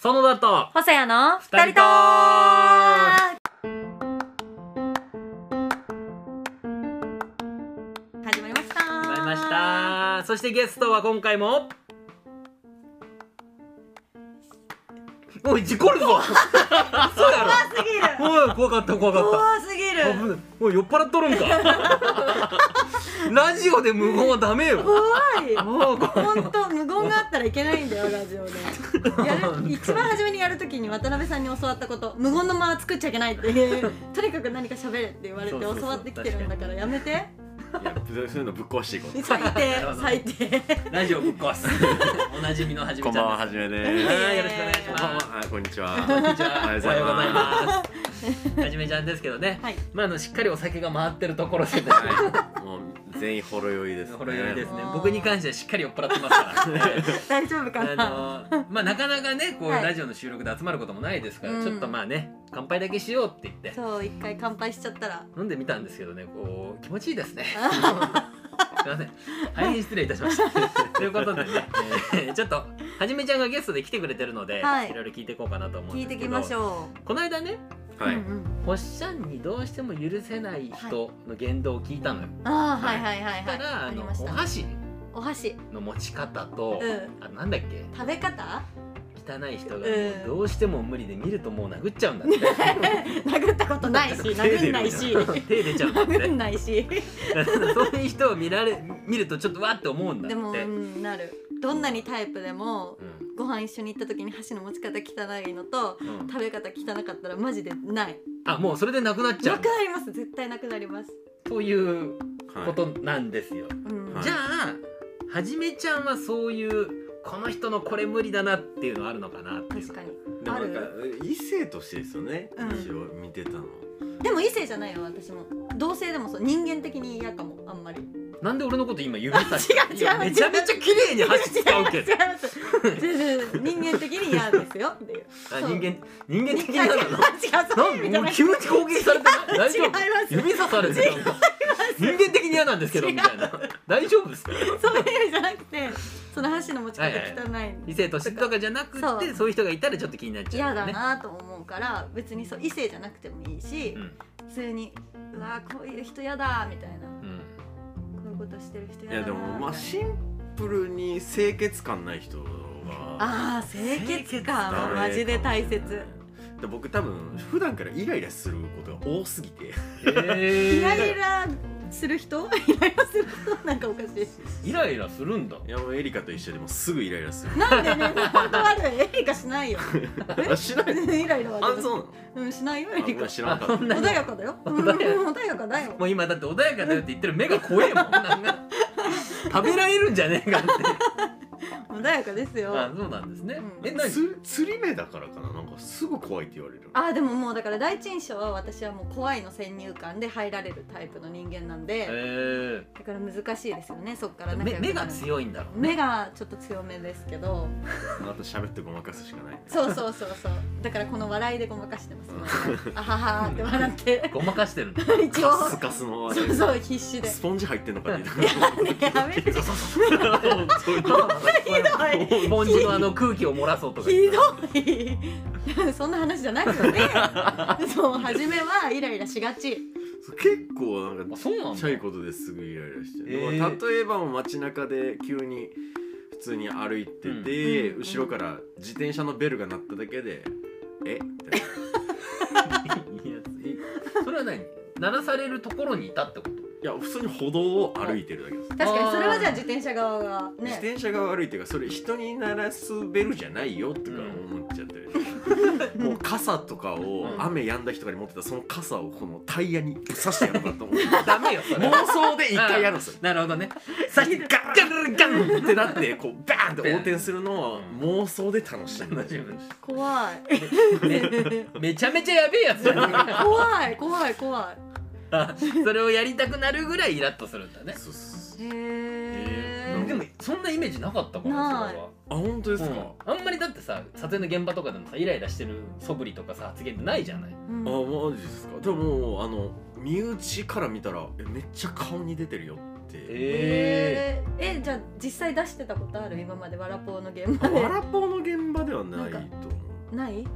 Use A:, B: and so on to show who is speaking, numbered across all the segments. A: そのだと
B: 細谷の二人と始まりました
A: 始まりましたそしてゲストは今回もおい事故るぞそうや
B: 怖すぎる
A: ろおい怖かった怖かった
B: 怖すぎ
A: 危
B: る
A: ないおい酔っ払っとるんかラジオで無言はダメよ
B: 怖い
A: もうこ
B: 本当無言があったらいけないんだよラジオで やる一番初めにやるときに渡辺さんに教わったこと無言の間は作っちゃいけないっ ていうとにかく何か喋れって言われて
A: そうそうそう
B: 教わってきてるんだからや めて
C: いやそういうのぶっ壊していこう。
B: 最低
A: なるほど
B: 最低
A: ラジオぶっ壊すおなじみのはじめちゃ
C: こ
A: ん
C: ん
A: です
C: ばんは、はじめで
A: は
C: す。
A: いよろしくお願いし
C: こん
A: ま
C: ばん
A: す
C: は、あこんにち
A: こん
C: は。
A: にちは。お
C: お
A: は
C: は
A: よ
C: よ
A: うござ
C: うござ
A: い
C: い
A: ま。
C: ます
A: はじめちゃんですけどね。
B: はい
A: まああのしっかりお酒が回ってるところでね。
C: はい、もう全員ほろ酔いです、ね。
A: ほろ酔いですね
B: あー。
A: 僕に関してはしっかり酔っ払ってますから。
B: 大丈夫かな
A: あの まあなかなかねこう
B: はい
A: ラジオの収録で集まることもないですから、
B: うん
A: ちょっとまあね乾杯だけしようって言って
B: そう一回乾杯しちゃったら
A: 飲んでみたんですけどねこう気持ちいいです ね。すいません大変失礼いたしました。 ということでね、えーちょっとはじめちゃんがゲストで来てくれてるので、
B: はい
A: い、ろいろ聞いていこうかなと思うん
B: 聞い
A: です
B: て
A: けど
B: きましょ
A: この間ね
B: う、
C: はい
B: うん。うん
A: ほっしゃんにどうしても許せない人の言動を聞いたのよ。
B: ああはいはいはい
A: だか
B: はい
A: ら、
B: あ
A: あ
B: り
A: の
B: まし
A: お
B: た
A: 箸
B: お箸
A: の持ち方と、
B: うん
A: あなんだっけ
B: 食べ方
A: 汚い人がも
B: うん
A: うどうしても無理で見るともう殴っちゃうんだって、
B: 殴ったこと ないし殴んないし
A: 手出ちゃうんだって
B: 殴 んないし
A: だからそういう人を見られ見るとちょっとわって思うんだって
B: でも、うんなるどんなにタイプでも
A: うん
B: ご飯一緒に行った時に箸の持ち方汚いのと
A: うん
B: 食べ方汚かったらマジでない
A: あもうそれでなくなっちゃ
B: な
A: う
B: くなります絶対なくなります、
A: という
C: はい
A: ことなんですよ、
B: うん
C: はい
A: じゃあはじめちゃんはそういうこの人のこれ無理だなっていうのはあるのかなっていう
B: 確かに
C: でもなんか
B: あ
C: 異性としてですよね。
B: うん
C: 一応見てたの。
B: でも異性じゃないよ私も同性でもそう人間的に嫌かもあんまり
A: なんで俺のこと今指さして
B: 違う違う
A: いやめちゃめちゃ綺麗に箸使う
B: 違
A: け
B: い
A: ど
B: ます違う違う人間的に嫌ですよっていう
A: あ
B: そう
A: 人間人間的
B: 違う違う
A: なの
B: そういう意味じ
A: な
B: ゃ
A: ん
B: な
A: か
B: い
A: 急に攻撃されてない大丈
B: 違い
A: 夫
B: ます
A: 指さされてなんか人間的に嫌なんですけど
B: 違う
A: みたいな大丈夫ですか
B: そういう意味じゃなくてその箸の持ち方汚い
A: 異性としてとかじゃなくて
B: そ
A: そうういう人がいたらちょっと気になっちゃ
B: 嫌
A: うよ
B: だ
A: ね
B: なと思うから別にそう異性じゃなくてもいいし、
A: うん
B: 普通にうわーこういう人嫌だみたいな
A: うん
B: こういうことしてる人
C: いや
B: 嫌だ
C: で
B: な
C: もまあ
B: みたいな
C: シンプルに清潔感ない人が。
B: あー清潔感
C: ダ
B: は
C: メ
B: マジで大切
C: で僕多分普段からイライラすることが多すぎて。
A: え
B: イライラする人 イライラする人なんかおかしい
A: イライラするんだ
C: いやもうエリカと一緒でもうすぐイライラする。
B: なんでね本当はねエリカしないよ
C: あしない。
B: イライラは
C: あそうなの。
B: うんしないよ
C: あ
B: エリ
C: 僕
B: カ
C: は知らなか
A: あ
C: っ
A: そんな
B: 穏やかだようん
A: 穏や
B: 穏やかだよ
A: もう今だって穏やかだよって言ってる目が怖えもんなん か食べられるんじゃねえかって
B: 穏やかですよ
A: あそうなんですね
B: うん
A: え
C: た。
A: 何
C: つ釣り目だからかななんかすぐ怖いって言われる。
B: あーでももうだから第一印象は私はもう怖いの先入観で入られるタイプの人間なんで、
A: え
B: だから難しいですよねそっから
A: ー
B: 仲
A: 目
B: 良く
A: 目
B: な
A: が
B: る
A: 強いんだろうね
B: 目がちょっと強めですけど
C: あと喋ってごまかすしかない。
B: そうそうそうそうだからこの笑いでごまかしてます今あははーって笑って
A: ごまかしてるんだ
B: 一応
C: カスカスのあれ
B: そうそう 必死で
C: スポンジ入ってんのかって言
B: ねやめて
C: った
B: ひ
A: スポンジのあの空気を漏らそうとか言って
B: どいひどい そんな話じゃないですよねそう初めはイライラしがち
C: 結構なん
A: あ
C: か
A: そうなん
C: ち
A: だ
C: っちゃいことですぐイライラしちゃう、
A: えー
C: 例えばもう街中で急に普通に歩いてて、
B: うん
C: 後ろから自転車のベルが鳴っただけで「えみたいない
A: やそれは何鳴らされるところにいたってこと
C: いや普通に歩道を歩いてるだけです、
B: 確かにそれはじゃあ自転車側が
C: 自
B: ね
C: 転車が悪いっていうかそれ人に鳴らすベルじゃないよとか思っちゃってる、 もう傘とかを
A: うん
C: 雨止んだ日とかに持ってたその傘をこのタイヤにぶっ刺してやろうかと思って
A: ダメよそれ
C: 妄想で一回やるんですよ
A: なるほどね
C: さっきガンガンガンってなってこうバーンって横転するのを妄想で楽しむ
A: 楽しむ
B: 怖 い
A: めめちゃめちゃやべえやつじゃん
B: 怖い怖い怖
A: あそれをやりたくなるぐらいイラッとするんだね
C: そうそうそう
B: いへ
C: えー
B: え
A: でもそんなイメージなかったかな
B: ない
C: あ本当で
A: それは、うん、あんまりだってさ撮影の現場とかでもさイライラしてる素振りとかさ発言ってないじゃない
C: あマジですかでももうあの身内から見たらえめっちゃ顔に出てるよって
A: え
B: えー、えじゃあ実際出してたことある今までわらぽーの現場
C: わ
B: で
C: らぽーの現場ではないと思う
B: ないよか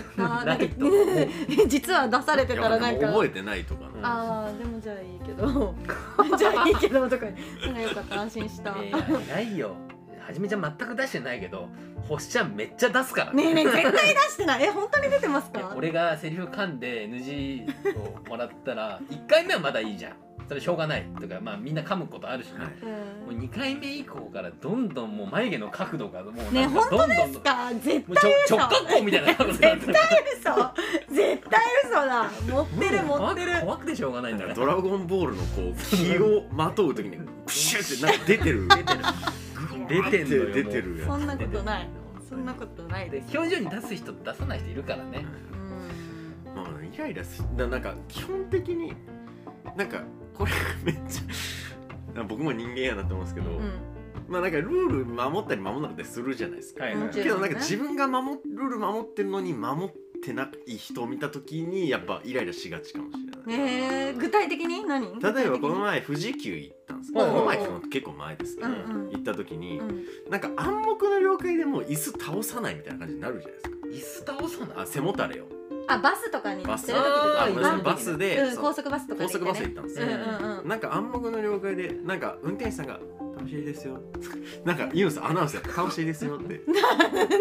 B: った
A: な
B: ないい
A: と
B: 実は出されてたらなん
C: い
B: か
C: や覚えてないとかな
B: あーでもじゃあいいけど じゃあいいけどとかそれよかった安心した、
A: いやないよはじめちゃん全く出してないけど星ちゃんめっちゃ出すから
B: ねえねえ絶対出してないえ本当に出てますか
A: 俺がセリフ噛んで NG をもらった ら1回目はまだいいじゃんそれしょうがないとかまあみんな噛むことあるしね、
C: はい
B: うん
A: もう2回目以降からどんどんもう眉毛の角度がもうなんか
B: ねえ
A: どんどんどん
B: か絶
A: もうちょ直角行みたいな角度になってる
B: 対嘘絶対嘘だ持ってる持
A: 怖
B: ってる
A: く怖くてしょうがないんだ
C: なん
A: か
C: からドラゴンボールのこう気をまとう時にプシュってなんか出てる
A: 出てる出
C: グワーって
A: てんのよ
C: 出てるや
B: そ
C: つ
B: んなことないそんなことない
A: で
B: です
A: 表情に出す人と出さない人いるからね
B: うん
C: まあイライラすななんか基本的になんかこれめっちゃ 僕も人間やなって思うんですけど、
B: うん
C: まあなんかルール守ったり守らなかったりするじゃないですか、
A: はいはい
B: もちろ
C: けどなんか自分が守ルール守ってるのに守ってない人を見た時にやっぱイライラしがちかもしれない。
B: ねえ具体的に何
C: 例えばこの
B: 前
C: 前富士急行ったんですけ
A: うん
C: どこの前っていうのは結構前ですけど、
B: うんうん
C: 行った時に、
B: うん
C: なんか暗黙の了解でもう椅子倒さないみたいな感じになるじゃないです
A: 椅子倒さ
C: か
A: ない
C: あ背もたれを
B: あバスとかに乗
C: バ
B: って
C: ス
B: る
C: あ
B: 時と
A: あ
B: か
A: ー
C: ごめんなさいバスで、
B: うん
C: その
B: 高速バスとか
C: 高
B: で行
C: 速
B: っ
C: バ
B: て
C: スで行
B: ねう
C: ったんですよ
B: ん、うんうん
C: なんか暗黙の了解でなんか運転手さんが「楽しいですよ」なんか言うんですよアナウンスやったら「楽しいです よ」ってい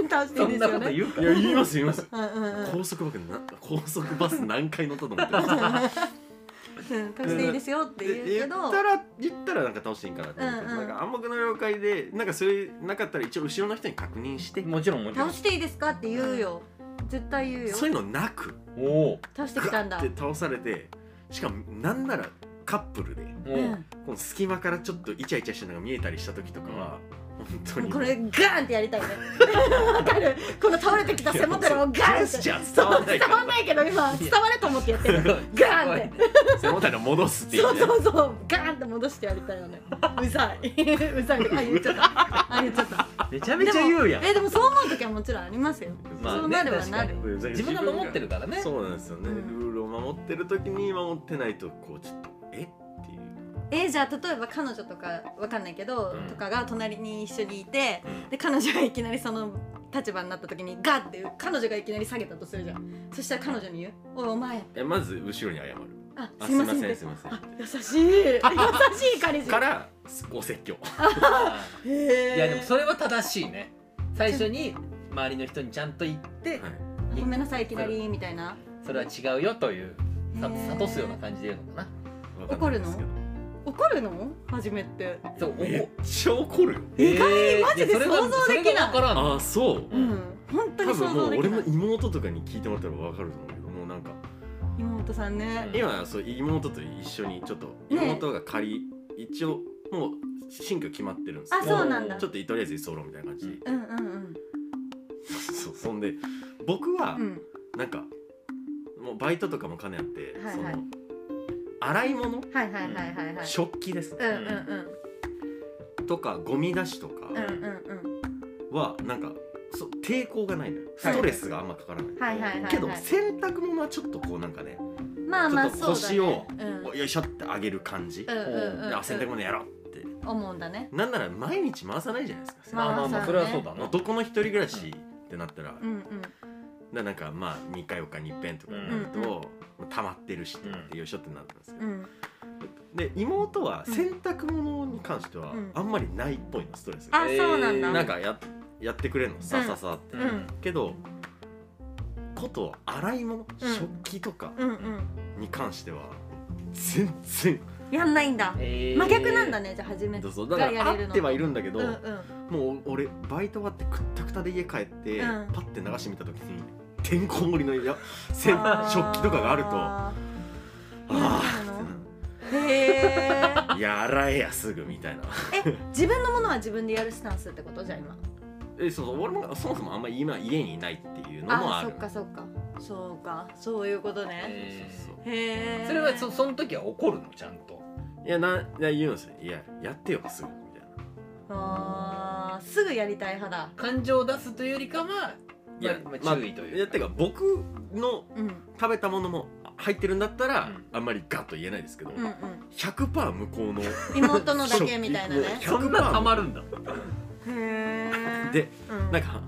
B: 倒して
A: そ
B: る
A: ん
B: です
A: なこ
B: よ
A: と
B: ね
A: 言うか
C: や言います言います
B: うんうんうん
C: 高速バスな高速バス何回乗ったと思ってます
B: うん倒していいですよって言うけど
C: 言ったら言ったらなんか倒していいんかなと思って、
B: うんうん
C: なんか暗黙の了解でなんかそういうなかったら一応後ろの人に確認して、
A: もちろんもちろん
B: 倒していいですかって言うよ絶対言うよ
C: そういうのなく
A: おお
B: 倒して
C: ガ
B: きたんだ
C: ッて倒されてしかもなんならカップルで
A: お
B: う
A: お
B: ん
C: この隙間からちょっとイチャイチャしてるのが見えたりした時とかは本当に
B: これガーンってやりたいね わかるこの倒れてきた背もたれをガーンって
C: ジェスチャー伝わんない
B: 伝
C: か
B: わんないけど今伝わると思ってやってるガーンって
C: ら背もたれを戻すっていう
B: そう
C: ね
B: そうそうガーンって戻してやりたいよねうざいうざいあ言っちゃったあ言っちゃった
A: めちゃめちゃ言うやん
B: えでもそう思う時はもちろんありますよ
C: まあね
B: そうなるはなる
A: 自分が守ってるからね
C: そうなんですよね、
B: うん
C: ルールを守ってる時に守ってないとこうちょっとえっていう、
B: えじゃあ例えば彼女とかわかんないけど、
C: うん
B: とかが隣に一緒にいてで彼女がいきなりその立場になった時にガッて彼女がいきなり下げたとするじゃんそしたら彼女に言う「おいお前
C: えまず後ろに謝る
B: あ
C: あ
B: すいません」
C: すいません
B: って
C: すいません
B: あ優しい優しい彼氏
C: からお説教
A: あ
B: へ
A: ー
B: え
A: いやでもそれは正しいね最初に周りの人にちゃんと言って
B: ごめんなさいいきなりみたいな
A: それは違うよというさ
B: へー
A: 諭すような感じで言うのかな
B: 怒るの怒るの初めって
A: そう
C: めっちゃ怒るよ
B: 意外
A: にマ
B: ジで想像できない
A: からん
C: ああそう
B: うん本当
C: 多
B: に
C: 分
B: 想
C: も
B: 像
C: う
B: で
C: 俺
B: きな
C: も
B: い
C: 妹とかに聞いてもらったら分かると思うけどもうなんか
B: 妹さんね
C: 今そう妹と一緒にちょっと妹が仮、一応もう新居決まってるんです
B: あ
C: けど
B: そうなんだ
C: ちょっととりあえず居候みたいな感じで、
B: うんうんうん
C: そうそんで僕は
B: うん
C: なんか、もうバイトとかも兼ね合って、
B: はい
C: そ
B: はい
C: の洗い物
B: はいはいはいはいはい
C: 食器です、
B: うんうんうん
C: とかゴミ出しとか
B: うんうんうん
C: はなんかそう抵抗がないのよストレスがあんまかからない、
B: はいはいはいはい
C: けど洗濯物はちょっとこうなんかね、
B: まあまあそうだね
C: ちょっと
B: うん
C: よいしょってあげる感じ、
B: うんうんうん
C: であ洗濯物やろうって
B: 思うんだね
C: なんなら毎日回さないじゃないですか、
A: まあまあまあそれはそうだな
C: 男の一人暮らしってなったら、
B: うんうん
C: ななんかまあ2回4日に一遍とかになる
B: うんうん
C: と、まあ溜まってるしってなってよいしょってなるんですけど、
B: うん
C: で妹は
B: うん
C: 洗濯物に関しては
B: うん
C: あんまりないっぽいのストレスが、
B: あそうなん
A: えー
B: だ
C: なんかややってくれるのさささって、
B: んうん
C: けどこと洗い物、食器とか
B: うんうん
C: に関しては全然
B: やんないんだ
A: えー
B: 真逆なんだねじゃあ初めて
C: そうだか
B: や
C: ら
B: れる
C: 合
B: の
C: ってはいるんだけど、
B: うんうん
C: もう俺バイト終わってくったくたで家帰って、
B: うん
C: パッて流してみた時にてんこ盛りのやせん食器とかがあるとああーって
B: とへえ
C: なるやらえやすぐみたいな
B: 自分のものは自分でやるスタンスってことじゃあ今
C: えそうそう俺もそもそもあんまり今家にいないっていうのも
B: あ
C: あ
B: そ
C: る
B: っかそっかそうかそういうことね
A: えー
C: そうそう
B: へえ
A: それはそその時は怒るのちゃんと
C: いやないや言うんですよいややってよすぐみたいな
B: あーすぐやりたい派だ
A: 感情を出すというよりかはまあまあ注意というか
C: やってか僕の
B: うん
C: 食べたものも入ってるんだった
A: う
C: ら、
A: ん
C: あんまりガッと言えないですけど、
B: うんうん
C: 100%向こうの
B: 妹のだけみたいなね
C: 食器
A: そんなたまるんだ
B: へえ
C: で
B: うん
C: なんか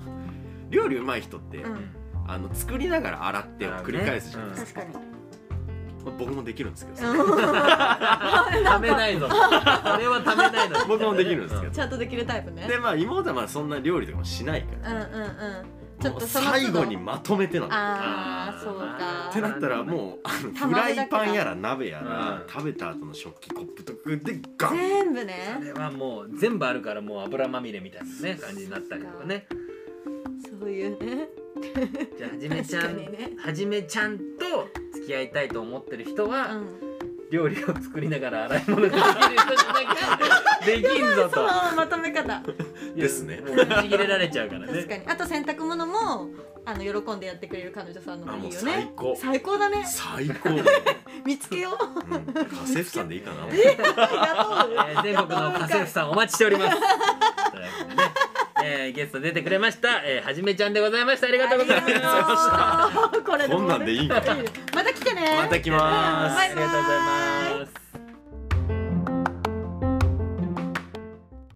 C: 料理うまい人って、
B: うん
C: あの作りながら洗ってを繰り返すじゃないです
B: 確かに
C: か、僕もできるんですけど、
A: ためないぞ。これはためないの。
C: 僕もできるんですけ
A: う
C: ど
B: ちゃんとできるタイプね
C: でまあ妹はまあそんな料理とかもしないか
B: うんうんうんち
C: ら、
B: ょっ
C: も
B: と
C: う
B: その都
C: 最
B: 度
C: 後にまとめてなのっ
B: ああそうか
C: てなったらもうあのフライパンやら鍋やら、
A: うん
C: 食べた後の食器コップとかでガン
B: 全部
A: あ
B: ね
A: れはもう全部あるからもう油まみれみたいなね感じになったりとかね。
B: そういうね
A: じゃあはじめ
B: 確
A: ちゃ
B: か
A: ん、
B: にね
A: はじめちゃんと付き合いたいと思ってる人は、
B: うん
A: 料理を作りながら洗い物ができる人じゃなきゃできんぞ
B: そ
A: と。
B: のまとめ方
C: ですね
A: もうぶち切れられちゃうからね。
B: 確かにあと洗濯物もあの喜んでやってくれる彼女さんの
C: あ
B: もい
C: も
B: ういよ
C: 最
B: ね
C: 高、
B: 最高だね
C: 最高だよ、
B: 見つけよう
C: うん、家政婦さんでいいかな
B: 雇う
A: えー全国の家政婦さんお待ちしております。ということでねえーゲスト出てくれました、えーはじめちゃんでございました。ありがとうございま
B: あり
A: し
B: がと
A: た。
B: うございましたこれ
C: こんなんでいいんかな
B: また来てね
C: また来ます
B: バイバイ
A: ありがとうございます